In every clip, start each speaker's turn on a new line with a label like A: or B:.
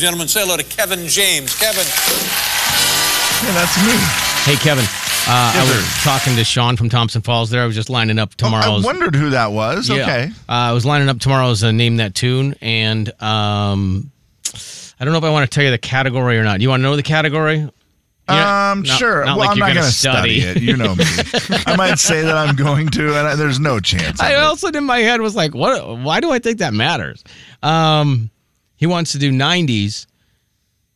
A: Gentlemen, say hello to Kevin James. Kevin,
B: Yeah, that's me.
C: Hey, Kevin. Uh, I
B: Yes,
C: was
B: sir.
C: talking to Sean from Thompson Falls there. I was just lining up
B: Oh, I
C: tomorrow's.
B: wondered who that was.
C: Yeah.
B: Okay.
C: Uh, I was lining up tomorrow's uh, Name That Tune, and um, I don't know if I want to tell you the category or not. Do you want to know the category? Yeah,
B: um,
C: not-
B: sure.
C: not
B: well,
C: like
B: I'm
C: you're
B: not
C: gonna
B: going to study.
C: study.
B: it. You know me. I might say that I'm going to, and I, there's no chance. of
C: I
B: it.
C: also in my head was like, what? Why do I think that matters? Um, he wants to do 90s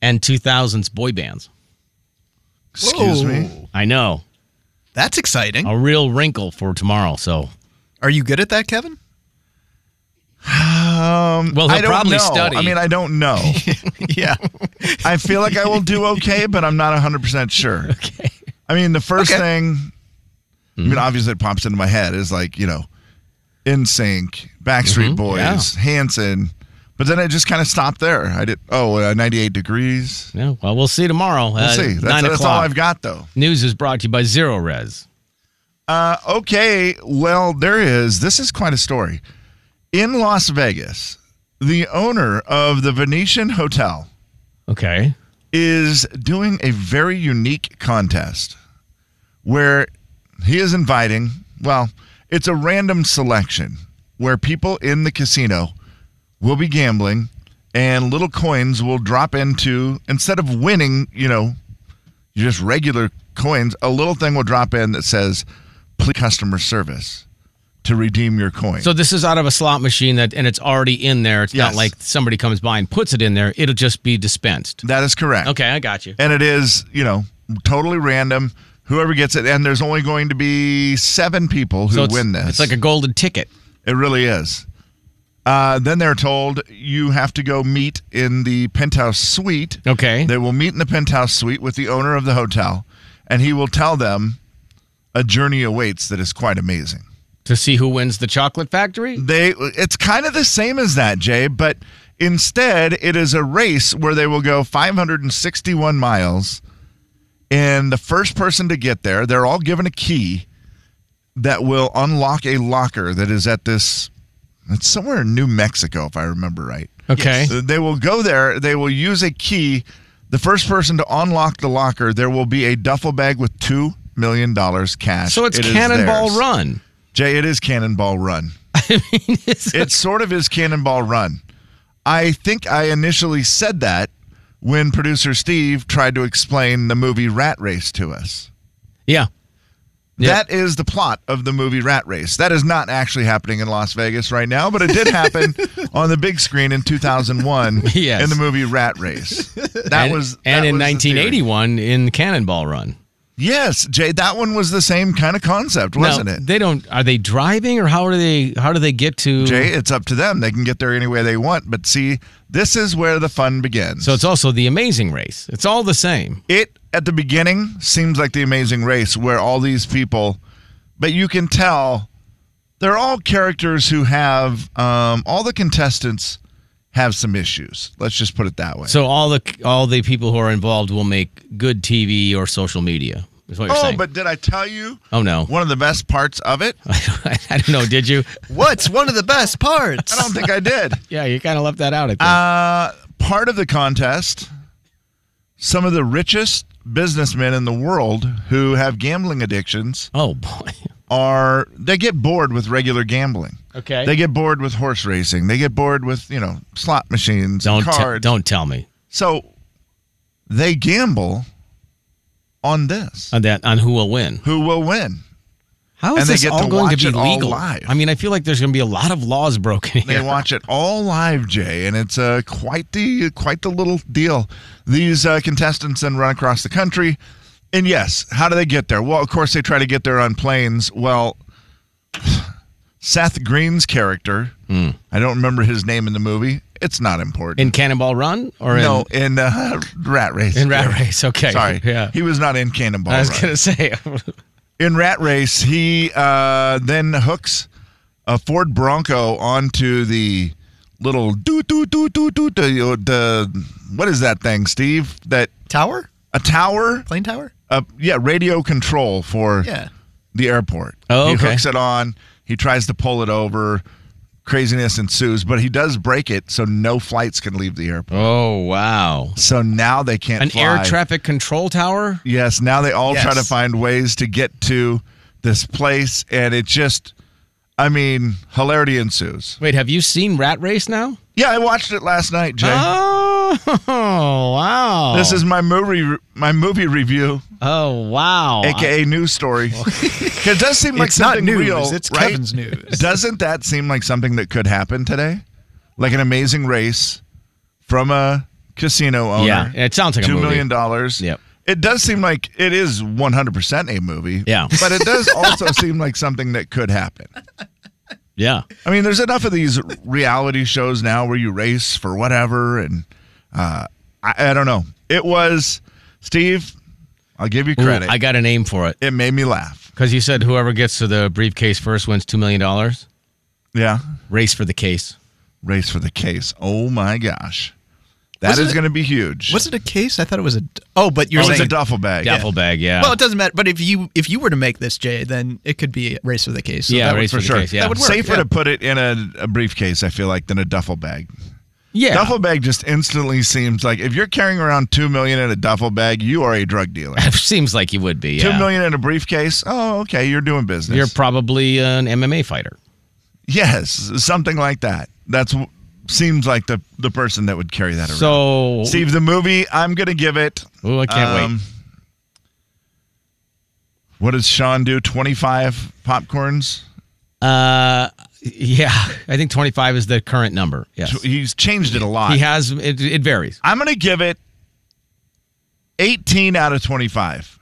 C: and 2000s boy bands.
B: Excuse me.
C: I know.
D: That's exciting.
C: A real wrinkle for tomorrow. So,
D: Are you good at that, Kevin?
B: Um,
C: Well, he'll
B: I don't
C: probably
B: know.
C: study.
B: I mean, I don't know.
D: yeah.
B: I feel like I will do okay, but I'm not 100% sure.
C: okay. Hmm.
B: I mean, the first
D: Okay.
B: thing, I mean, obviously, that pops into my head is like, you know, In Sync,
C: Mm-hmm.
B: Backstreet Boys, Hanson. But then I just kind of stopped there. I did, oh, uh, 98 Degrees.
C: Yeah, well, we'll see tomorrow.
B: We'll see. That's,
C: Uh, Nine
B: that's all
C: o'clock.
B: I've got, though.
C: News is brought to you by Zero Res.
B: Uh, okay, well, there is. This is quite a story. In Las Vegas, the owner of the Venetian Hotel
C: Okay.
B: is doing a very unique contest where he is inviting, well, it's a random selection where people in the casino will be gambling and little coins will drop into, instead of winning, you know, just regular coins, a little thing will drop in that says, please customer service to redeem your coin.
C: So this is out of a slot machine that, and it's already in there. It's
B: Yes.
C: not like somebody comes by and puts it in there. It'll just be dispensed.
B: that is correct.
C: Okay, I got you.
B: and it is you know totally random whoever gets it and there's only going to be seven people who
C: So it's,
B: win this
C: It's like a golden ticket.
B: it really is uh, then they're told you have to go meet in the penthouse suite
C: Okay.
B: they will meet in the penthouse suite with the owner of the hotel and he will tell them a journey awaits that is quite amazing
C: to see who wins the chocolate factory.
B: they it's kind of the same as that jay but instead it is a race where they will go 561 miles and the first person to get there they're all given a key that will unlock a locker that is at this it's somewhere in new mexico if i remember right
C: Okay.
B: they will go there they will use a key the first person to unlock the locker there will be a duffel bag with two million dollars cash
C: So it's
B: It is
C: Cannonball
B: theirs.
C: Run.
B: jay it is cannonball run it sort of is Cannonball Run. I think I initially said that when producer Steve tried to explain the movie Rat Race to us.
C: Yeah. Yeah.
B: That is the plot of the movie Rat Race. That is not actually happening in Las Vegas right now, but it did happen on the big screen in 2001
C: Yes.
B: in the movie Rat Race. That
C: and,
B: was that
C: and in
B: was the theory.
C: 1981 in Cannonball Run.
B: Yes, Jay, that one was the same kind of concept, wasn't
C: now,
B: it?
C: They don't. Are they driving or how are they? How do they get to?
B: Jay, it's up to them. They can get there any way they want, but see, this is where the fun begins.
C: So it's also the Amazing Race. It's all the same.
B: it at the beginning seems like the amazing race where all these people but you can tell they're all characters who have um, all the contestants have some issues let's just put it that way
C: So all the all the people who are involved will make good TV or social media. Is what you're
B: oh
C: saying.
B: but did i tell you
C: oh no,
B: one of the best parts of it i
C: I don't know. Did you?
D: What's one of the best parts?
B: don't think i did
C: Yeah, you kind of left that out. I think.
B: uh, part of the contest some of the richest businessmen in the world who have gambling addictions
C: oh boy.
B: are they get bored with regular gambling
C: Okay.
B: They get bored with horse racing. They get bored with you know slot machines,
C: don't
B: and
C: te-
B: cards.
C: don't tell me
B: So they gamble on this.
C: on that on who will win.
B: Who will win?
C: How is
B: And they
C: this
B: get
C: all
B: to
C: going to
B: watch
C: be
B: it all
C: legal?
B: live.
C: I mean, I feel like there's going to be a lot of laws broken
B: They
C: here.
B: watch it all live, Jay, and it's uh, quite the quite the little deal. These uh, contestants then run across the country, and yes, how do they get there? Well, of course they try to get there on planes. Well, Seth Green's character,
C: Hmm.
B: I don't remember his name in the movie. It's not important.
C: in Cannonball Run or in,
B: no, in uh, Rat Race.
C: in Rat
B: Yeah.
C: Race. Okay.
B: Sorry.
C: Yeah.
B: He was not in Cannonball.
C: I was
B: Run.
C: going to say.
B: In Rat Race, he uh, then hooks a Ford Bronco onto the little doo doo doo doo doo the, the what is that thing, Steve? That
D: Tower?
B: a tower?
D: Plane tower?
B: Uh, yeah, radio control for
D: Yeah.
B: the airport.
C: Oh,
B: He
C: okay.
B: hooks it on. He tries to pull it over. craziness ensues, but he does break it so no flights can leave the airport.
C: Oh wow!
B: So now they can't
C: An
B: fly.
C: air traffic control tower.
B: Yes, now they all try to
D: Yes.
B: find ways to get to this place, and it just, I mean, hilarity ensues.
C: Wait, have you seen Rat Race now?
B: Yeah, I watched it last night, Jay.
C: Oh wow!
B: This is my movie, my movie review,
C: oh wow!
B: aka news story. 'Cause it does seem like
D: it's not
B: something
D: news.
B: real.
D: it's
B: right?
D: Kevin's news.
B: Doesn't that seem like something that could happen today? Like an amazing race from a casino owner.
C: yeah, it sounds like a
B: Two
C: movie.
B: million dollars.
C: Yep.
B: It does seem like it is 100% a movie.
C: Yeah.
B: But it does also seem like something that could happen.
C: Yeah,
B: I mean, there's enough of these reality shows now where you race for whatever, and uh, I, I don't know. It was Steve. I'll give you
C: Ooh,
B: credit.
C: I got a name for it
B: it made me laugh.
C: because you said whoever gets to the briefcase first wins two million dollars.
B: Yeah,
C: Race for the case.
B: race for the case. Oh my gosh, that
D: Wasn't
B: is
D: it-
B: going to be huge.
D: Was it a case? I thought it was a. d- Oh, but you're
B: Oh, it's
D: saying
B: a duffel bag.
C: Duffel bag. Yeah.
D: Well, it doesn't matter. But if you if you were to make this, Jay, then it could be race for the case. So
C: yeah,
D: that would-
C: race for,
B: for
C: the
B: sure.
C: case. Yeah.
D: That would work.
B: Safer
D: yeah.
B: to put it in a, a briefcase, I feel like, than a duffel bag.
C: yeah.
B: Duffel bag just instantly seems like if you're carrying around two million in a duffel bag, you are a drug dealer.
C: Seems like you would be. Yeah.
B: Two million in a briefcase. Oh, okay, you're doing business.
C: You're probably an MMA fighter.
B: Yes, something like that. That's seems like the the person that would carry that around.
C: So,
B: Steve, the movie, I'm gonna give it.
C: Ooh, I can't
B: um, What does Sean do? Twenty five popcorns.
C: wait. Uh, yeah, I think 25 is the current number. Yes,
B: He's changed it a lot.
C: he has. It, it varies.
B: I'm gonna give it eighteen out of twenty five.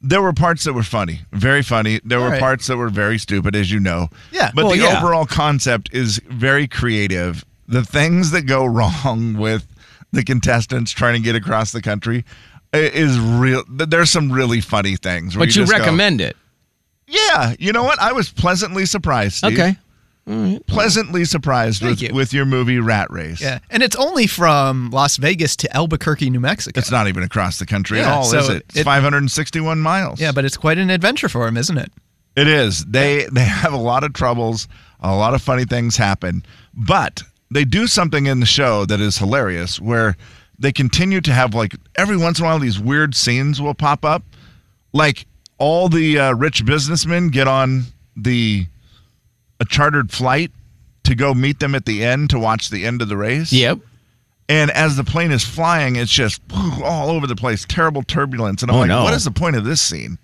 B: There were parts that were funny, very funny. There
D: All
B: were
D: right.
B: parts that were very stupid, as you know.
D: Yeah.
B: But
C: Well,
B: the
C: yeah.
B: overall concept is very creative. The things that go wrong with the contestants trying to get across the country i- is real. th- There's some really funny things. where
C: But you
B: just go,
C: recommend it.
B: yeah. You know what? I was pleasantly surprised. Steve.
C: Okay.
B: Pleasantly surprised
D: Thank
B: with,
D: you.
B: with your movie Rat Race.
D: Yeah, and it's only from Las Vegas to Albuquerque, New Mexico.
B: It's not even across the country at
D: Yeah,
B: all,
D: so
B: is it? It's
D: it-
B: 561 miles.
D: yeah, but it's quite an adventure for him, isn't it?
B: It is. They they have a lot of troubles. A lot of funny things happen, but they do something in the show that is hilarious where they continue to have like every once in a while these weird scenes will pop up. Like all the uh, rich businessmen get on the a chartered flight to go meet them at the end to watch the end of the race.
C: Yep.
B: And as the plane is flying, it's just all over the place, terrible turbulence. And I'm
C: Oh,
B: like,
C: no.
B: what is the point of this scene?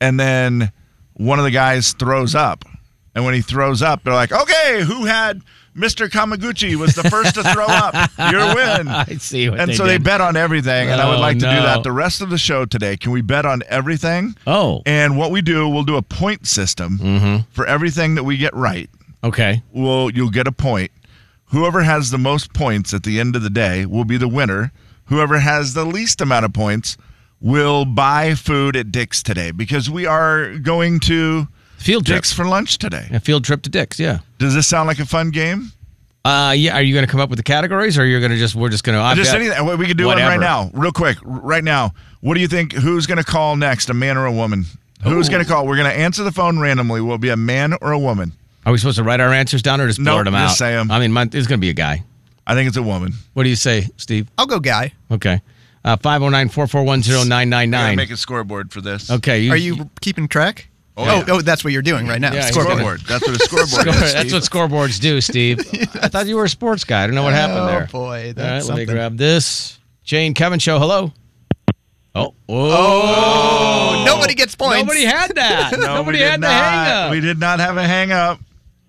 B: And then one of the guys throws up. And when he throws up, they're like, okay, who had Mr. Kamaguchi was the first to throw up. Your win.
C: I see what
B: and
C: they
B: so they
C: did.
B: bet on everything. and I would
C: Oh,
B: like to do
C: no.
B: that the rest of the show today. Can we bet on everything?
C: Oh.
B: And what we do, we'll do a point system
C: Mm-hmm.
B: for everything that we get right
C: Okay.
B: will you'll get a point. Whoever has the most points at the end of the day will be the winner. Whoever has the least amount of points will buy food at Dick's today because we are going to
C: Field trip.
B: Dick's for lunch today.
C: A field trip to Dick's. Yeah.
B: Does this sound like a fun game?
C: Uh, yeah. Are you going to come up with the categories, or you're going to just we're just going to
B: Just anything. We could do one right
C: Whatever.
B: now, real quick. R- Right now, what do you think? Who's going to call next, a man or a woman? Who's going to call? We're going to answer the phone randomly. Will it be a man or a woman?
C: Are we supposed to write our answers down or just
B: Nope,
C: blurt them out?
B: just say 'em.
C: I mean, mine, it's going to be a guy.
B: I think it's a woman.
C: What do you say, Steve?
D: I'll go, guy.
C: Okay. Uh, 509-441-0999.
B: I gotta make a scoreboard for this.
C: Okay.
D: Are you keeping track? Oh,
B: yeah.
D: oh, that's what you're doing right now.
C: Yeah,
B: Scoreboard.
D: scoreboard.
B: That's what a scoreboard
C: Score-
B: is.
C: that's what scoreboards do, Steve. I thought you were a sports guy. I don't know what happened
D: Oh,
C: there.
D: boy, that's
C: All right, let me
D: something.
C: grab this. Jane Kevin show. Hello. Oh. Whoa.
D: Nobody gets points.
C: Nobody had that.
B: Oh, No,
C: Nobody
B: we did
C: had the
B: not.
C: hang up.
B: We did not have a hang up.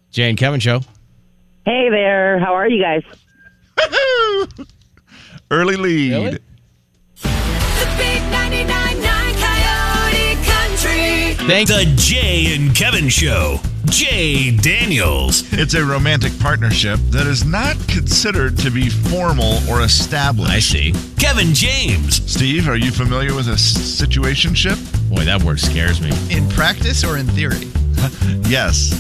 C: Jane Kevin show.
E: Hey there, how are you guys?
B: Early lead.
C: Really?
F: The big 99.9 Coyote Country.
C: Thank
G: The Jay and Kevin Show. Jay Daniels.
B: It's a romantic partnership that is not considered to be formal or established.
C: I see.
G: Kevin James.
B: Steve, are you familiar with a s- situationship?
C: Boy, that word scares me.
D: In practice or in theory?
B: Yes.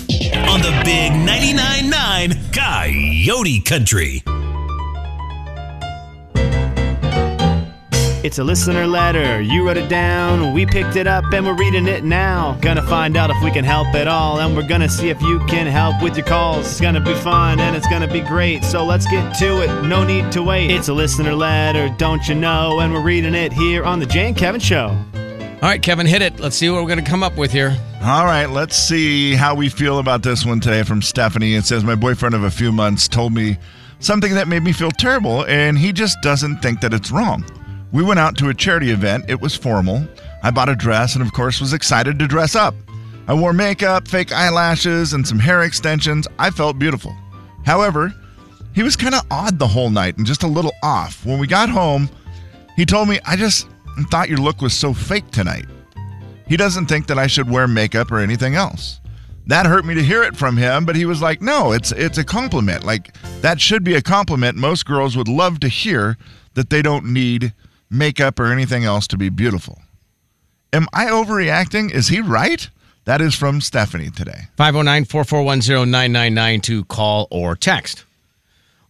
G: On the big 99.9 Coyote Country.
H: It's a listener letter. You wrote it down. We picked it up and we're reading it now. Gonna find out if we can help at all. And we're gonna see if you can help with your calls. It's gonna be fun and it's gonna be great. So let's get to it. No need to wait. It's a listener letter, don't you know? And we're reading it here on The Jane Kevin Show.
C: All right, Kevin, hit it. Let's see what we're going to come up with here.
B: All right, let's see how we feel about this one today from Stephanie. It says, My boyfriend of a few months told me something that made me feel terrible, and he just doesn't think that it's wrong. We went out to a charity event, it was formal. I bought a dress and, of course, was excited to dress up. I wore makeup, fake eyelashes, and some hair extensions. I felt beautiful. However, he was kind of odd the whole night and just a little off. When we got home, he told me, I just thought your look was so fake tonight. He doesn't think that I should wear makeup or anything else. That hurt me to hear it from him, but he was like, "No, it's it's a compliment. Like that should be a compliment. Most girls would love to hear that they don't need makeup or anything else to be beautiful." Am I overreacting? Is he right? That is from Stephanie today.
C: 509 441 9992. Call or text.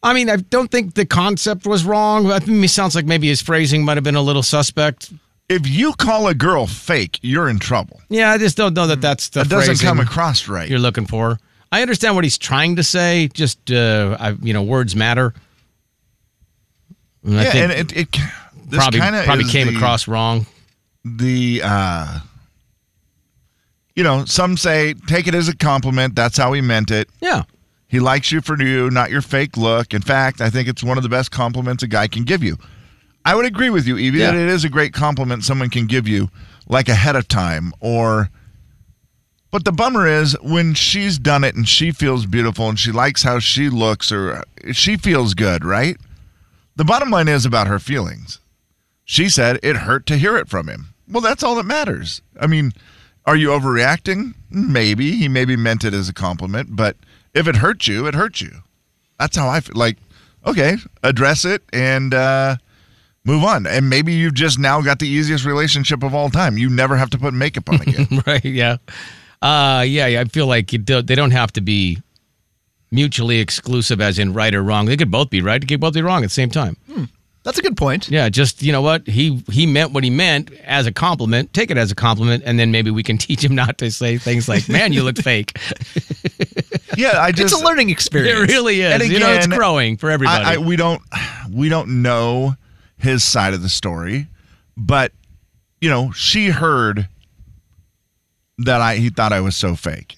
C: I mean, I don't think the concept was wrong. but I think It sounds like maybe his phrasing might have been a little suspect.
B: If you call a girl fake, you're in trouble.
C: Yeah, I just don't know that that's the
B: That doesn't
C: phrasing
B: come across right.
C: you're looking for. I understand what he's trying to say. Just uh, I, you know, words matter. And I
B: yeah,
C: think
B: and it, it this
C: probably
B: kinda
C: probably
B: is
C: came
B: the-
C: across wrong.
B: the uh you know some say take it as a compliment that's how he meant it
C: Yeah,
B: he likes you for you not your fake look in fact i think it's one of the best compliments a guy can give you i would agree with you evie that
C: Yeah.
B: it is a great compliment someone can give you like ahead of time or but the bummer is when she's done it and she feels beautiful and she likes how she looks or she feels good right the bottom line is about her feelings she said it hurt to hear it from him. Well, that's all that matters. I mean, are you overreacting? Maybe. He maybe meant it as a compliment, but if it hurt you, it hurt you. That's how I feel. Like, okay, address it and uh, move on. And maybe you've just now got the easiest relationship of all time. You never have to put makeup on again.
C: right. Yeah, uh, yeah, yeah. I feel like you do, they don't have to be mutually exclusive, as in right or wrong. They could both be right. They could both be wrong at the same time.
B: Mm-hmm.
D: That's a good point.
C: Yeah, just you know what he he meant what he meant as a compliment. Take it as a compliment, and then maybe we can teach him not to say things like "Man, you look fake."
B: yeah, I just
D: it's a learning
C: It
D: experience.
C: really is.
B: And
C: you know, it's
B: again,
C: growing for everybody.
B: I, I, we don't we don't know his side of the story, but you know she heard that I he thought I was so fake.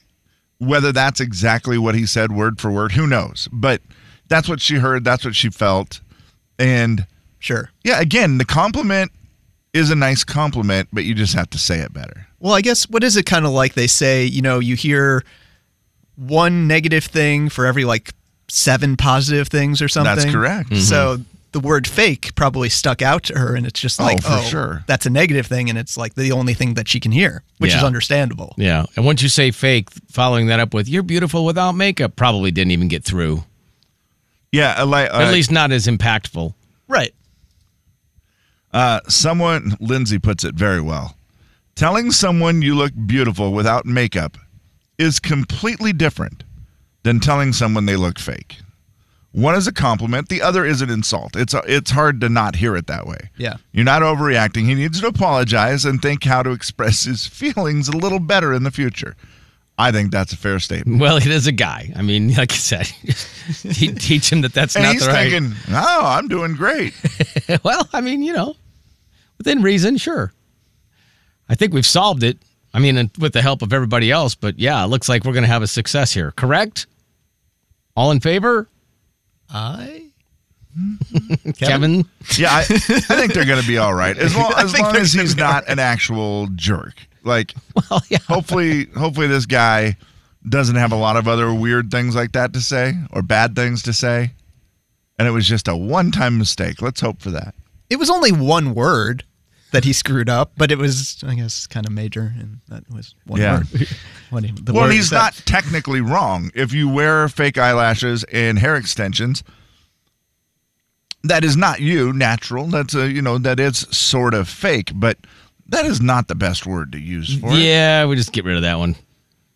B: Whether that's exactly what he said word for word, who knows? But that's what she heard. That's what she felt, and
D: Sure.
B: yeah, again, the compliment is a nice compliment, but you just have to say it better.
D: Well, I guess what is it kind of like they say, you know, you hear one negative thing for every like seven positive things or something.
B: correct. Mhm.
D: So the word fake probably stuck out to her and it's just
B: Oh,
D: like,
B: for sure.
D: that's a negative thing and it's like the only thing that she can hear, which is
C: Yeah.
D: understandable.
C: yeah, and once you say fake, following that up with "You're beautiful without makeup" probably didn't even get through.
B: Yeah, uh, like
C: At least not as impactful.
D: Right.
B: Uh, someone, Lindsay puts it very well. Telling someone you look beautiful without makeup is completely different than telling someone they look fake. One is a compliment, the other is an insult. It's it's hard to not hear it that way.
D: Yeah.
B: You're not overreacting. He needs to apologize and think how to express his feelings a little better in the future. I think that's a fair statement.
C: Well, it is a guy. I mean, like I said, te- teach him that that's
B: And
C: not
B: he's
C: the right.
B: thinking, "Oh, I'm doing great."
C: well, I mean, you know, within reason, sure. I think we've solved it. I mean, and with the help of everybody else, but yeah, it looks like we're going to have a success here. Correct? All in favor?
D: I
C: Kevin?
B: Yeah, I, I think they're going to be all right as, long
D: I
B: as
D: think
B: long
D: they're
B: as
D: gonna
B: he's
D: be all
B: not an actual jerk. Like,
C: Well, Oh, yeah.
B: hopefully, hopefully this guy doesn't have a lot of other weird things like that to say or bad things to say, and it was just a one-time mistake. Let's hope for that.
D: it was only one word that he screwed up, but it was I guess kind of major and that was one
B: Yeah.
D: word. What he- the
B: well,
D: word
B: and he's
D: that-
B: not technically wrong. If you wear fake eyelashes and hair extensions, that is not you natural. That's a you know that is sort of fake, but that is not the best word to use for it.
C: Yeah, we just get rid of that one.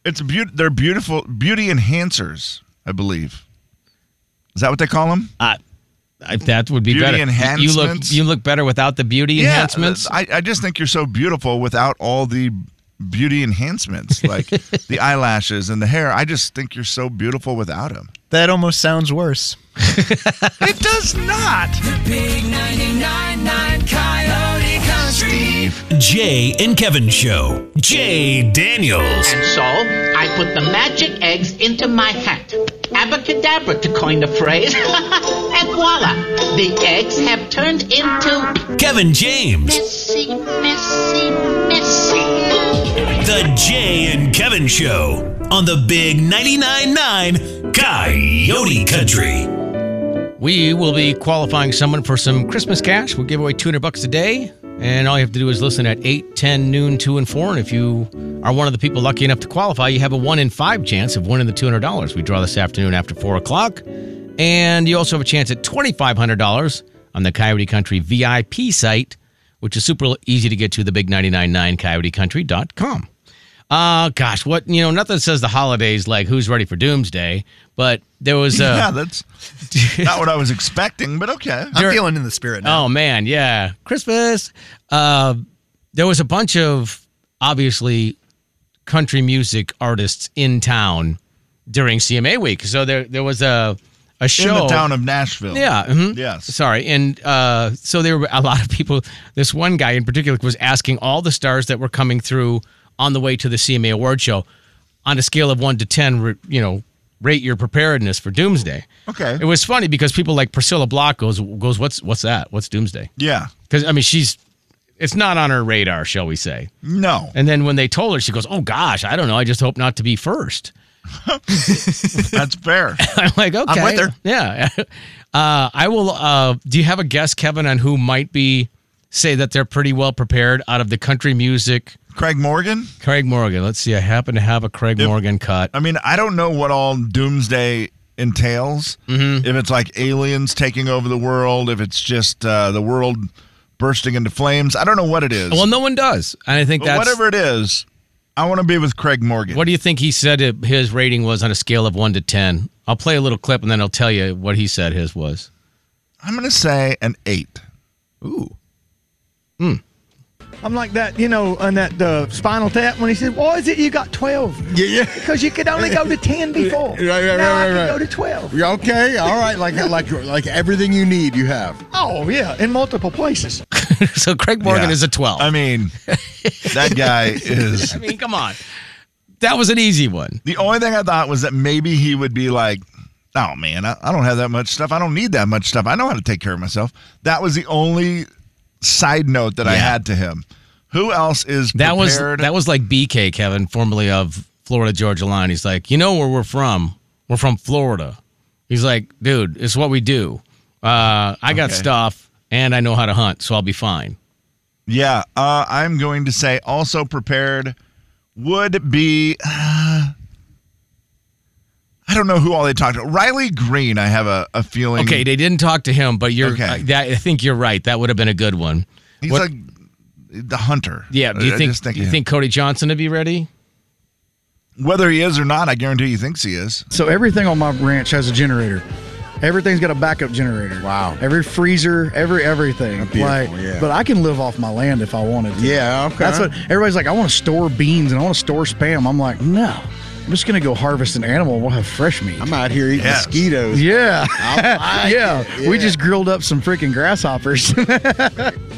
B: It's beaut. They're beautiful beauty enhancers, I believe. Is that what they call them?
C: Uh, I, that would be
B: Beauty
C: better. You- You look
B: enhancements?
C: you look better without the beauty enhancements.
B: I, I just think you're so beautiful without all the beauty enhancements, like the eyelashes and the hair. I just think you're so beautiful without them.
D: That almost sounds worse.
B: It does not.
F: Big 99.9 Coyote Country.
G: Jay and Kevin Show. Jay Daniels.
I: And so I put the magic eggs into my hat. Abacadabra, to coin the phrase. and voila! The eggs have turned into
G: Kevin James.
I: messy, messy, messy.
G: The Jay and Kevin Show on the Big 99.9 9 Coyote Country.
C: We will be qualifying someone for some Christmas cash. We'll give away 200 bucks a day. And all you have to do is listen at 8, 10, noon, 2, and 4. And if you are one of the people lucky enough to qualify, you have a 1 in 5 chance of winning the $200. We draw this afternoon after 4 o'clock. And you also have a chance at $2,500 on the Coyote Country VIP site, which is super easy to get to, the big 999coyotecountry.com. Uh, gosh, what, you know, nothing says the holidays like who's ready for doomsday, but there was a.
B: yeah, that's not what I was expecting, but okay.
D: I'm feeling in the spirit now.
C: Oh man, yeah, Christmas. Uh, there was a bunch of obviously country music artists in town during CMA week, so there there was a a
B: In
C: show
B: the town of Nashville.
C: Yeah. mhm.
B: Yes.
C: Sorry, and uh, so there were a lot of people. This one guy in particular was asking all the stars that were coming through on the way to the CMA award show, on a scale of one to ten, re- you know, rate your preparedness for Doomsday.
B: Okay.
C: It was funny because people like Priscilla Block goes goes what's what's that? What's Doomsday?
B: Yeah.
C: Because I mean she's it's not on her radar, shall we say?
B: No.
C: And then when they told her, she goes, "Oh gosh, I don't know. I just hope not to be first.
B: That's fair.
C: I'm like, "Okay,
D: with her.
C: Yeah, uh, I will. Uh, do you have a guess, Kevin, on who might be say that they're pretty well prepared out of the country music?
B: Craig Morgan?
C: Craig Morgan. Let's see. I happen to have a Craig Morgan cut.
B: I mean, I don't know what all doomsday entails.
C: Mm-hmm.
B: If it's like aliens taking over the world, if it's just uh, the world bursting into flames, I don't know what it is.
C: Well, no one does, and I think
B: but
C: that's
B: whatever it is, I want to be with Craig Morgan.
C: What do you think he said it- his rating was on a scale of one to ten? I'll play a little clip and then I'll tell you what he said his was.
B: I'm going to say an eight.
D: Ooh.
J: Hmm. I'm like that, you know, on that uh, Spinal Tap when he said, "Why is it you got 12?"
K: Yeah, yeah.
J: Because you could only go to 10 before.
K: Right, right,
J: now
K: right,
J: I can
K: right,
J: go
K: right.
J: to 12.
K: Yeah, Okay, all right, like like like everything you need, you have.
J: Oh yeah, in multiple places.
C: so Craig Morgan
B: Yeah.
C: is a twelve.
B: I mean, that guy is.
C: I mean, come on. That was an easy one.
B: The only thing I thought was that maybe he would be like, oh man, I, I don't have that much stuff. I don't need that much stuff. I know how to take care of myself. That was the only side note that I
C: Yeah.
B: had to him. Who else is
C: That was
B: prepared?
C: that was like BK Kevin, formerly of Florida Georgia Line. He's like, you know where we're from? We're from Florida. He's like, dude, it's what we do. Uh, I got
B: Okay.
C: stuff and I know how to hunt, so I'll be fine.
B: yeah, uh, I'm going to say also prepared would be. uh, I don't know who all they talked to. Riley Green, I have a, a feeling.
C: Okay, they didn't talk to him, but you're.
B: Okay.
C: I- that, I think you're right. That would have been a good one.
B: he's
C: what-
B: like the hunter.
C: Yeah. Do you
B: I
C: think?
B: just
C: you
B: of him.
C: think Cody Johnson would be ready?
B: whether he is or not? I guarantee he thinks he is.
J: So everything on my ranch has a generator. Everything's got a backup generator.
K: Wow.
J: Every freezer, every everything.
K: Beautiful, yeah.
J: But I can live off my land if I wanted to.
K: Yeah, okay.
J: That's what everybody's like. I want to store beans and I want to store spam. I'm like, no. I'm just gonna go harvest an animal. We'll have fresh meat.
K: I'm out here eating
B: Yes.
K: mosquitoes.
J: Yeah.
K: I like
J: yeah.
K: it,
J: We
K: yeah.
J: just grilled up some freaking grasshoppers.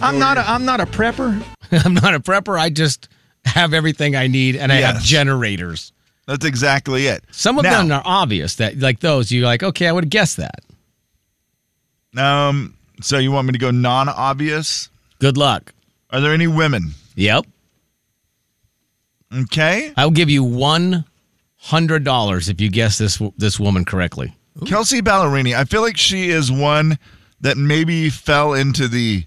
J: I'm not a I'm not a prepper.
C: I'm not a prepper. I just have everything I need, and I have
B: Yes.
C: generators.
B: That's exactly it.
C: Some of
B: Now-
C: them are obvious. That like those, you're like, okay, I would have guessed that.
B: Um, so you want me to go non-obvious?
C: Good luck.
B: Are there any women?
C: Yep,
B: Okay.
C: I will give you one hundred dollars if you guess this this woman correctly.
B: Kelsey Ballerini. I feel like she is one that maybe fell into the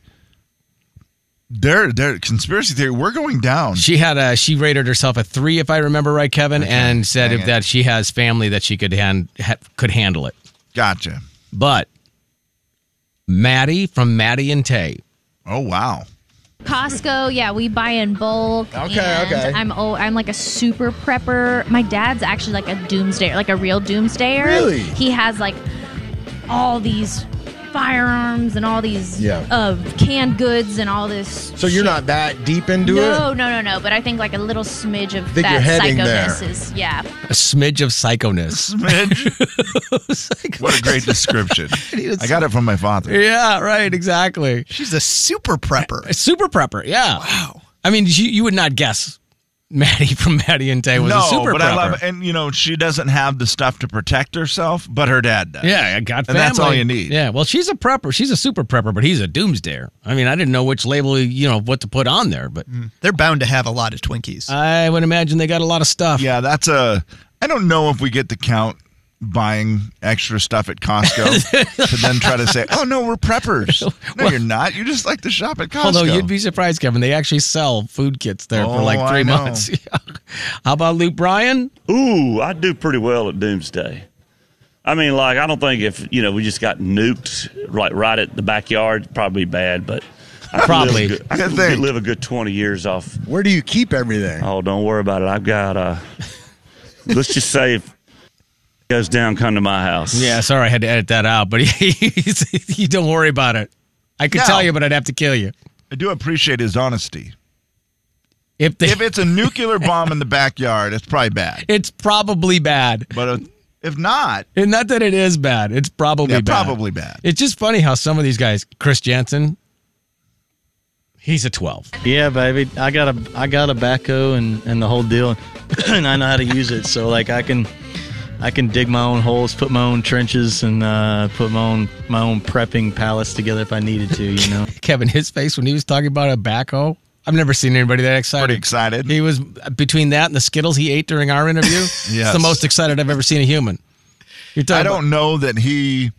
B: their their conspiracy theory. We're going down.
C: She had a she rated herself a three, if I remember right, Kevin, and said
B: Dang
C: if
B: it.
C: that she has family that she could hand ha, could handle it.
B: Gotcha.
C: But Maddie from Maddie and Tay.
B: Oh wow.
F: Costco, yeah, we buy in bulk.
K: Okay,
F: and
K: okay.
F: I'm oh, I'm like a super prepper. My dad's actually like a doomsdayer, like a real doomsdayer.
K: Really?
F: He has like all these firearms and all these
K: Yeah.
F: uh, canned goods and all this.
K: So you're not that deep into
F: no,
K: it?
F: no, no, no. But I think like a little smidge of
K: Think you're
F: that
K: heading
F: psychoness
K: there.
F: is yeah.
C: A smidge of psychoness.
B: Smidge. what a great description. I got it from my father.
C: Yeah, right, exactly. She's a super prepper. A super prepper, yeah. Wow. I mean, you, you would not guess Maddie from Maddie and Tay was
B: no,
C: a super
B: but
C: prepper.
B: I love, and you know, she doesn't have the stuff to protect herself, but her dad does.
C: Yeah, I got
B: and that's all
C: family.
B: you need.
C: Yeah, well, she's a prepper. She's a super prepper, but he's a doomsdayer. I mean, I didn't know which label, you know, what to put on there, but
B: Mm.
D: They're bound to have a lot of Twinkies.
C: I would imagine they got a lot of stuff.
B: Yeah, that's a. I don't know if we get to count buying extra stuff at Costco to then try to say, "Oh no, we're preppers." No, you're not. You just like to shop at Costco.
C: Although you'd be surprised, Kevin, they actually sell food kits there for
B: Oh,
C: like
B: I
C: three
B: know.
C: months. How about Luke Bryan?
L: Ooh, I do pretty well at Doomsday. I mean, like, I don't think if, you know, we just got nuked like right at the backyard, probably bad, but I could
K: Probably.
L: live a good, I
K: Good
L: could
K: thing.
L: live a good 20 years off.
K: Where do you keep everything?
L: Oh, don't worry about it. I've got, uh, let's just say if it goes down, come to my house.
C: Yeah, sorry, I had to edit that out, but he's, you don't worry about it. I could
B: No.
C: tell you, but I'd have to kill you.
B: I do appreciate his honesty.
C: If they-
B: if it's a nuclear bomb in the backyard, it's probably bad.
C: It's probably bad.
B: But uh, if not,
C: and not that it is bad, it's probably
B: Yeah,
C: bad.
B: probably bad.
C: It's just funny how some of these guys, Chris Jansen, he's a twelve.
M: Yeah, baby. I got a I got a backhoe and, and the whole deal, and I know how to use it. So like I can I can dig my own holes, put my own trenches, and uh, put my own my own prepping pallets together if I needed to. You know.
C: Kevin, his face when he was talking about a backhoe. I've never seen anybody that excited. Pretty
B: excited.
C: He was between that and the Skittles he ate during our interview. It's the most excited I've ever seen a human. You're
B: I
C: talking about-
B: don't know that he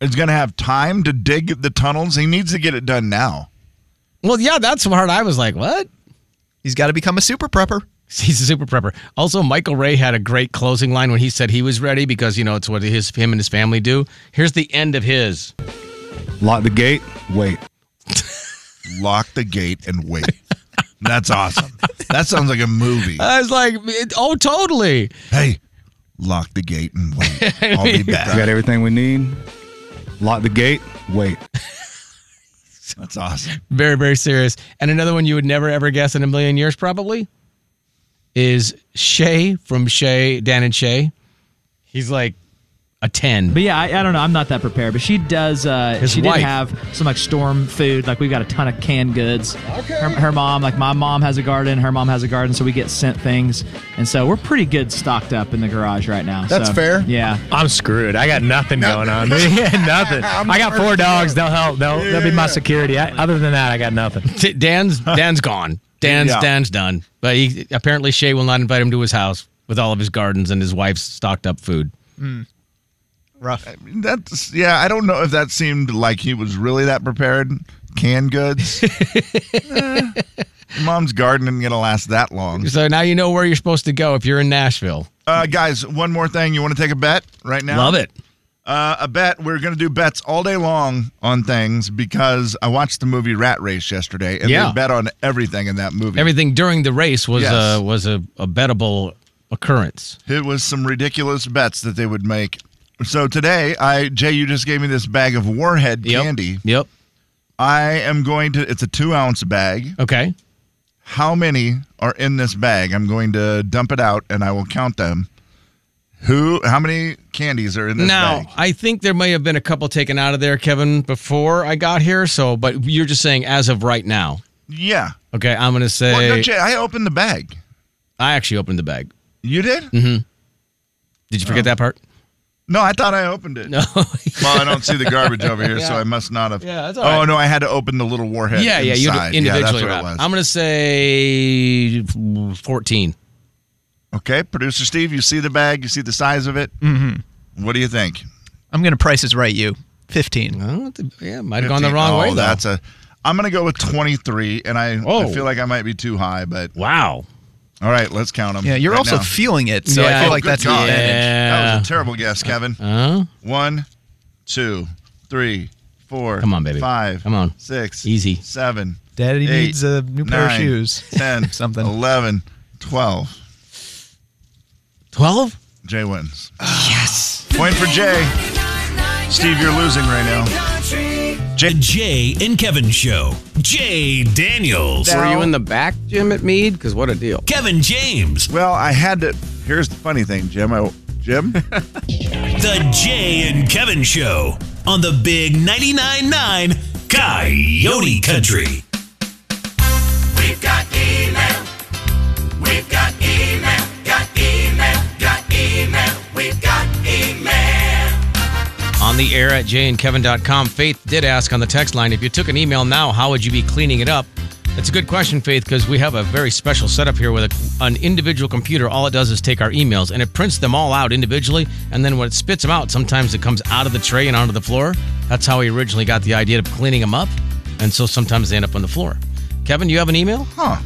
B: is going to have time to dig the tunnels. He needs to get it done now.
C: Well, yeah, that's what I was like, what?
D: He's got to become a super prepper.
C: He's a super prepper. Also, Michael Ray had a great closing line when he said he was ready because you know it's what his him and his family do. Here's the end of his.
B: Lock the gate. Wait. Lock the gate and wait. That's awesome. That sounds like a movie.
C: I was like, it- oh, totally.
B: Hey, lock the gate and wait. I'll be back.
N: We got everything we need. Lock the gate. Wait.
B: That's awesome.
C: Very, very serious. And another one you would never ever guess in a million years, probably, is Shay from Shay, Dan and Shay. He's like a 10.
O: But yeah, I, I don't know. I'm not that prepared. But she does. Uh,
C: His
O: she
C: wife.
O: did have some like storm food. Like we've got a ton of canned goods. Her, her mom, like my mom, has a garden. Her mom has a garden, so we get sent things. And so we're pretty good stocked up in the garage right now.
K: That's
O: so,
K: fair.
O: Yeah.
P: I'm screwed. I got nothing going on. yeah, nothing.
O: I'm
P: I got four
O: already
P: dogs. They'll help. They'll, they'll be my security. I, other than that, I got nothing.
C: Dan's Dan's gone. Dan's
P: Yeah.
C: Dan's done. But he apparently Shay will not invite him to his house with all of his gardens and his wife's stocked up food.
D: Rough.
B: That's yeah. I don't know if that seemed like he was really that prepared. Canned goods. Eh, mom's garden isn't gonna last that long.
C: So now you know where you're supposed to go if you're in Nashville.
B: Uh, guys, one more thing. You want to take a bet right now?
C: Love it.
B: Uh, a bet. We're going to do bets all day long on things because I watched the movie Rat Race yesterday and
C: Yeah.
B: they bet on everything in that movie.
C: Everything during the race was
B: Yes.
C: uh, was a, a bettable occurrence.
B: It was some ridiculous bets that they would make. So today, I Jay, you just gave me this bag of Warhead candy.
C: Yep.
B: I am going to. It's a two ounce bag.
C: Okay.
B: How many are in this bag? I'm going to dump it out and I will count them. Who? How many candies are in this
C: Now,
B: bag?
C: I think there may have been a couple taken out of there, Kevin, before I got here. So, but you're just saying as of right now.
B: Yeah.
C: Okay, I'm gonna say
B: Well, no, Jay, I opened the bag.
C: I actually opened the bag.
B: You did?
C: Mm-hmm. Did you forget that part?
B: No, I thought I opened it.
C: No.
B: well, I don't see the garbage over here, so
C: Yeah.
B: I must not have.
C: Yeah, that's all
B: oh
C: right.
B: no, I had to open the little warhead.
C: yeah, yeah, you
B: inside.
C: individually.
B: that's what it
C: wrap.
B: was.
C: I'm gonna say fourteen.
B: Okay, producer Steve, you see the bag, you see the size of it.
D: Mm-hmm.
B: What do you think?
D: I'm going to price is right you. 15.
C: yeah,
D: might have gone the wrong
B: oh,
D: way, though.
B: That's a. I'm gonna go with 23, and I, I
D: Oh.
B: feel like I might be too high, but
C: wow.
B: All right, let's count them.
D: Yeah, you're also feeling it, so I feel like that's an advantage.
B: That was a terrible guess, Kevin.
C: Uh,
B: One, two, three, four.
C: Come on, baby.
B: Five.
C: Come on.
B: Six.
C: Easy.
B: Seven.
D: Daddy
B: eight,
D: needs a new pair of
B: nine,
D: shoes.
B: Ten. Something. Eleven. Twelve.
C: Twelve.
B: Jay wins. Yes. Point for Jay. Steve, you're losing right now.
G: Jay, Jay and Kevin Show. Jay Daniels.
Q: Were you in the back, Jim, at Mead? Because what a deal.
G: Kevin James.
B: Well, I had to. Here's the funny thing, Jim. I, Jim?
G: The Jay and Kevin Show on the Big 99.9 9 Coyote Country.
R: We've got email. We've got email. Got email. Got email. We've got email.
C: On the air at jayandkevin.com, Faith did ask on the text line if you took an email now, how would you be cleaning it up? That's a good question, Faith, because we have a very special setup here with a, an individual computer. All it does is take our emails and it prints them all out individually. And then when it spits them out, sometimes it comes out of the tray and onto the floor. That's how we originally got the idea of cleaning them up. And so sometimes they end up on the floor. Kevin, do you have an email?
B: Huh.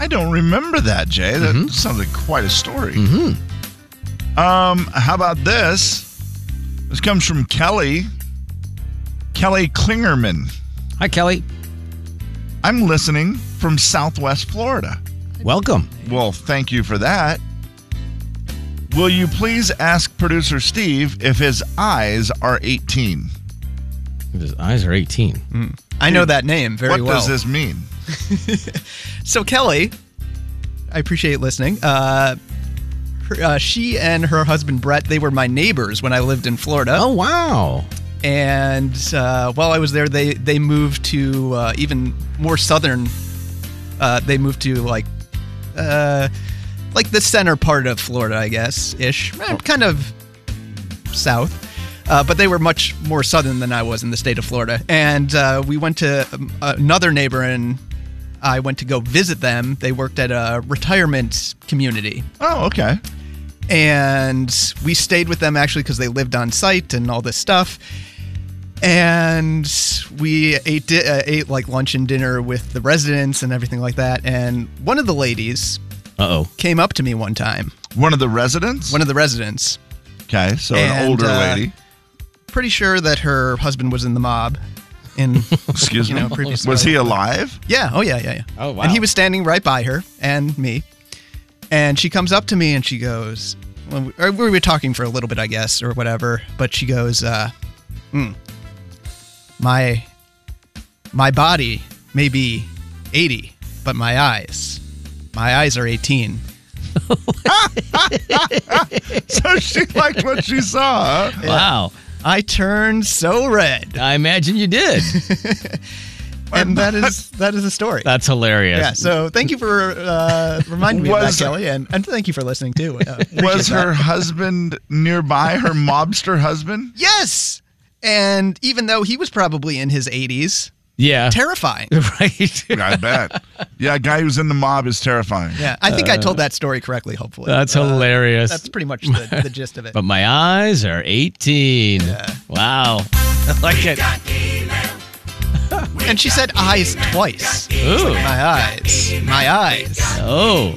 B: I don't remember that, Jay. That
D: Mm-hmm.
B: sounded quite a story. Mm-hmm. Um, how about this? This comes from Kelly. Kelly Klingerman.
C: Hi, Kelly.
B: I'm listening from Southwest Florida.
C: Welcome.
B: Well, thank you for that. Will you please ask producer Steve if his eyes are 18?
C: His eyes are 18.
D: I know that name very
B: what
D: well.
B: does this mean?
D: So Kelly, I appreciate listening. Uh, her, uh, she and her husband Brett, they were my neighbors when I lived in Florida. Oh
C: wow!
D: And uh, while I was there, they they moved to uh, even more southern. Uh, they moved to like, uh, like the center part of Florida, I guess, ish, Eh, kind of south. Uh, but they were much more southern than I was in the state of Florida. And uh, we went to um, another neighbor and I went to go visit them. They worked at a retirement community.
B: Oh, okay.
D: And we stayed with them actually because they lived on site and all this stuff. And we ate di- uh, ate like lunch and dinner with the residents and everything like that. And one of the ladies
C: Uh oh.
D: came up to me one time.
B: One of the residents?
D: One of the residents.
B: Okay, so an
D: And,
B: older
D: uh,
B: lady.
D: Pretty sure that her husband was in the mob. In
B: Excuse
D: you
B: me.
D: know, previous
B: was
D: life.
B: he alive?
D: Yeah. Oh, yeah, yeah, yeah.
C: Oh, wow.
D: And he was standing right by her and me. And she comes up to me and she goes, well, we, or we were talking for a little bit, I guess, or whatever. But she goes, uh, "Hmm, my my body may be 80, but my eyes, my eyes are 18.
B: so she liked what she saw. huh?
C: Wow.
D: I turned so red.
C: I imagine you did.
D: and that is that is the story.
C: That's hilarious.
D: yeah. So thank you for uh, reminding me
B: Was-
D: of that, Kelly, and, and thank you for listening too. Uh, appreciate
B: Was
D: that.
B: her husband nearby? Her mobster husband?
D: Yes. And even though he was probably in his 80s,
C: yeah.
D: terrifying.
C: right.
B: I bet. Yeah, a guy who's in the mob is terrifying.
D: Yeah, I think I told
C: Uh,
D: that story correctly, hopefully.
C: That's
D: Uh,
C: hilarious.
D: That's pretty much the, the gist of it.
C: But my eyes are 18. Wow. I like it.
D: and she said eyes twice.
C: Ooh.
D: My eyes. My eyes.
C: Oh.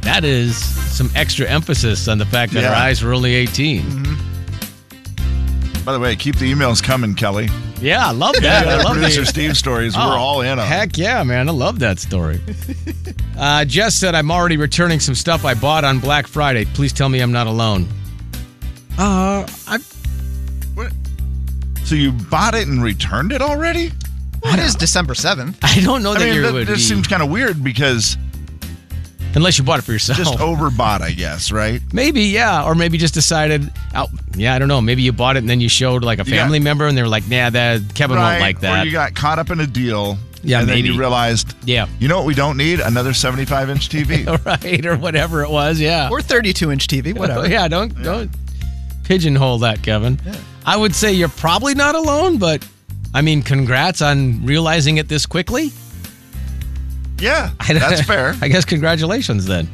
C: That is some extra emphasis on the fact that our
B: Yeah.
C: eyes were only 18.
B: By the way, keep the emails coming, Kelly.
C: Yeah, I love
B: Yeah,
C: that. I love
B: producer
C: the-
B: Steve stories.
C: Oh,
B: we're all in on.
C: Heck yeah, man. I love that story. uh, Jess said, I'm already returning some stuff I bought on Black Friday. Please tell me I'm not alone. Uh, I.
B: So you bought it and returned it already?
D: What is December 7th?
C: I don't know
B: I
C: that
B: mean,
C: you
B: that,
C: would.
B: this
C: be-
B: seems kind of weird because
C: unless you bought it for yourself.
B: just overbought, I guess, right?
C: Maybe, yeah, or maybe just decided. Out, yeah, I don't know. Maybe you bought it and then you showed like a
B: You got-
C: family member, and they were like, "Nah, that Kevin
B: right?
C: won't like
B: Or
C: that."
B: you got caught up in a deal.
C: Yeah,
B: and then
C: maybe.
B: you realized,
C: yeah,
B: you know what we don't need? Another 75 inch TV.
C: right, or whatever it was. Yeah,
D: Or 32 inch TV, whatever.
C: yeah. Don't don't pigeonhole that, Kevin. I would say you're probably not alone, but I mean, congrats on realizing it this quickly.
B: yeah,
C: I don't-
B: that's fair.
C: I guess congratulations then.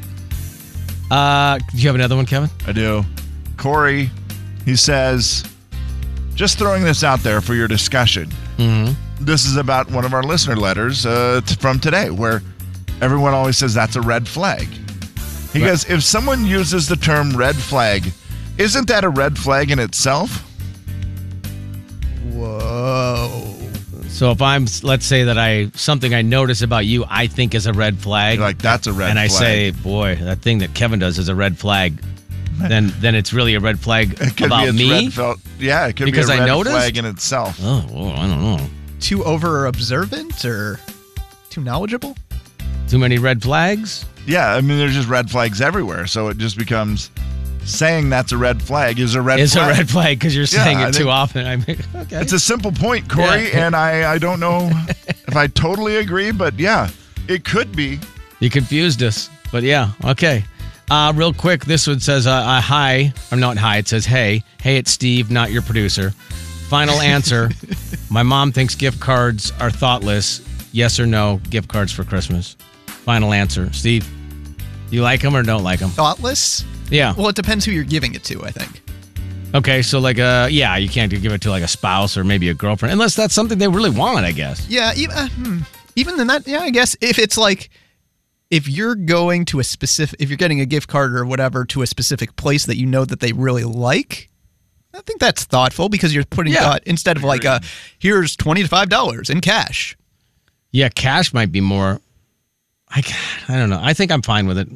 C: Uh, do you have another one, Kevin?
B: I do. Corey, he says, just throwing this out there for your discussion.
C: Mm-hmm.
B: This is about one of our listener letters uh, t- from today where everyone always says that's a red flag. He goes, if someone uses the term red flag, isn't that a red flag in itself?
D: Whoa.
C: So if I'm, let's say that I something I notice about you, I think is a red flag.
B: Like, that's a red
C: and I
B: flag.
C: say, boy, that thing that Kevin does is a red flag. then then it's really a red flag
B: could
C: about
B: be a
C: me.
B: red felt- yeah, it could
C: because
B: be a
C: I
B: red
C: noticed?
B: flag in itself.
C: Oh, well, I don't know.
D: Too over observant or too knowledgeable?
C: Too many red flags?
B: Yeah, I mean, there's just red flags everywhere. So it just becomes saying that's a red flag is a red
C: It's a
B: flag.
C: red flag because you're
B: Yeah,
C: saying
B: I
C: it
B: think-
C: too often. I mean, okay.
B: It's a simple point, Corey,
C: Yeah.
B: and I, I don't know if I totally agree, but yeah, it could be.
C: You confused us, but yeah, okay. Uh, real quick, this one says, uh, uh, hi, or not hi, it says, hey. Hey, it's Steve, not your producer. Final answer My mom thinks gift cards are thoughtless. Yes or no, gift cards for Christmas. Final answer. Steve, you like them or don't like them?
D: Thoughtless?
C: Yeah.
D: Well, it depends who you're giving it to, I think.
C: Okay, so like, uh, yeah, you can't give it to like a spouse or maybe a girlfriend, unless that's something they really want, I guess.
D: Yeah, even, uh, hmm. even then that, yeah, I guess if it's like if you're going to a specific if you're getting a gift card or whatever to a specific place that you know that they really like, I think that's thoughtful because you're putting
C: Yeah.
D: thought instead of like uh here's 20 to 5 dollars in cash.
C: Yeah, cash might be more. I, I don't know. I think I'm fine with it.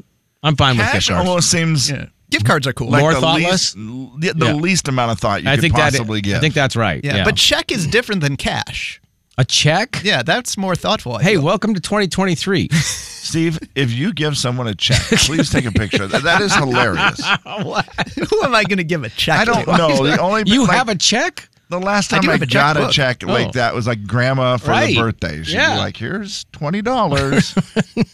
C: I'm fine with gift
B: Cash
C: cards.
B: almost seems
D: Gift cards are cool.
B: like
C: More
B: the
C: thoughtless?
B: least- yeah, the
C: Yeah.
B: least amount of thought you
C: I
B: could
C: think that-
B: possibly get.
C: I think that's right.
D: Yeah,
C: Yeah.
D: but check is different than cash.
C: A check?
D: Yeah, that's more thoughtful. I
C: Hey,
D: feel.
C: welcome to 2023.
B: Steve, if you give someone a check, please take a picture. of that. That is hilarious.
D: who am I going to give a check?
B: I don't
D: to?
B: know. Oh, The only
C: Oh, You
B: like,
C: have a check?
B: the last
D: I
B: time
D: do
B: I,
D: have a
B: got a
D: checkbook.
B: check like
D: Oh.
B: that was like grandma for
C: Right.
B: the birthday. She'd
C: Yeah.
B: be like, "Here's twenty dollars.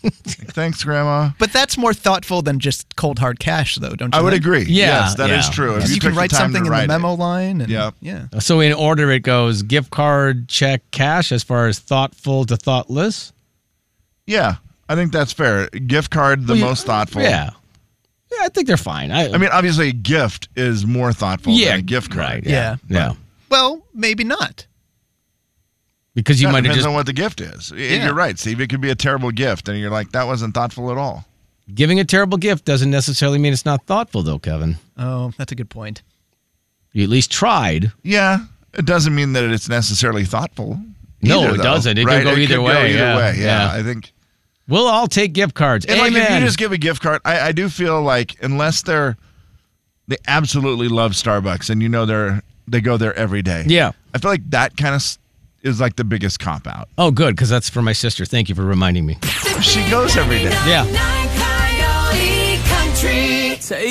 B: Thanks, grandma."
D: But that's more thoughtful than just cold hard cash, though, don't you?
B: I would
D: think?
B: agree.
C: Yeah,
B: yes, that is
C: yeah.
B: true. If
D: You, can
B: took
D: write
B: the time
D: something
B: to
D: in
B: write
D: the
B: it.
D: memo line. And,
B: Yep.
D: Yeah.
C: So in order, it goes gift card, check, cash, as far as thoughtful to thoughtless.
B: Yeah, I think that's fair. Gift card, the
C: Well, you-
B: most thoughtful.
C: Yeah. Yeah, I think they're fine. I,
B: I mean, obviously, a gift is more thoughtful
C: Yeah,
B: than a gift card.
C: right,
D: yeah.
C: yeah.
D: Well, maybe not.
C: Because you
B: That
C: might have
B: depends
C: just
B: on what the gift is. Y-
D: Yeah.
B: You're right, Steve. It could be a terrible gift, and you're like, that wasn't thoughtful at all.
C: giving a terrible gift doesn't necessarily mean it's not thoughtful, though, Kevin.
D: Oh, that's a good point.
C: You at least tried.
B: Yeah, it doesn't mean that it's necessarily thoughtful.
C: No,
B: either,
C: it
B: though,
C: doesn't. It could
B: right?
C: go either way,
B: either
C: yeah,
B: way. Yeah,
C: yeah.
B: I think.
C: We'll all take gift cards.
B: And
C: Amen.
B: like, if you just give a gift card, I, I do feel like unless they're they absolutely love Starbucks, and you know they're they go there every day.
C: Yeah.
B: I feel like that kind of is like the biggest cop out.
C: oh, good, because that's for my sister. Thank you for reminding me.
B: She goes every day.
C: Yeah.
R: Coyote Country.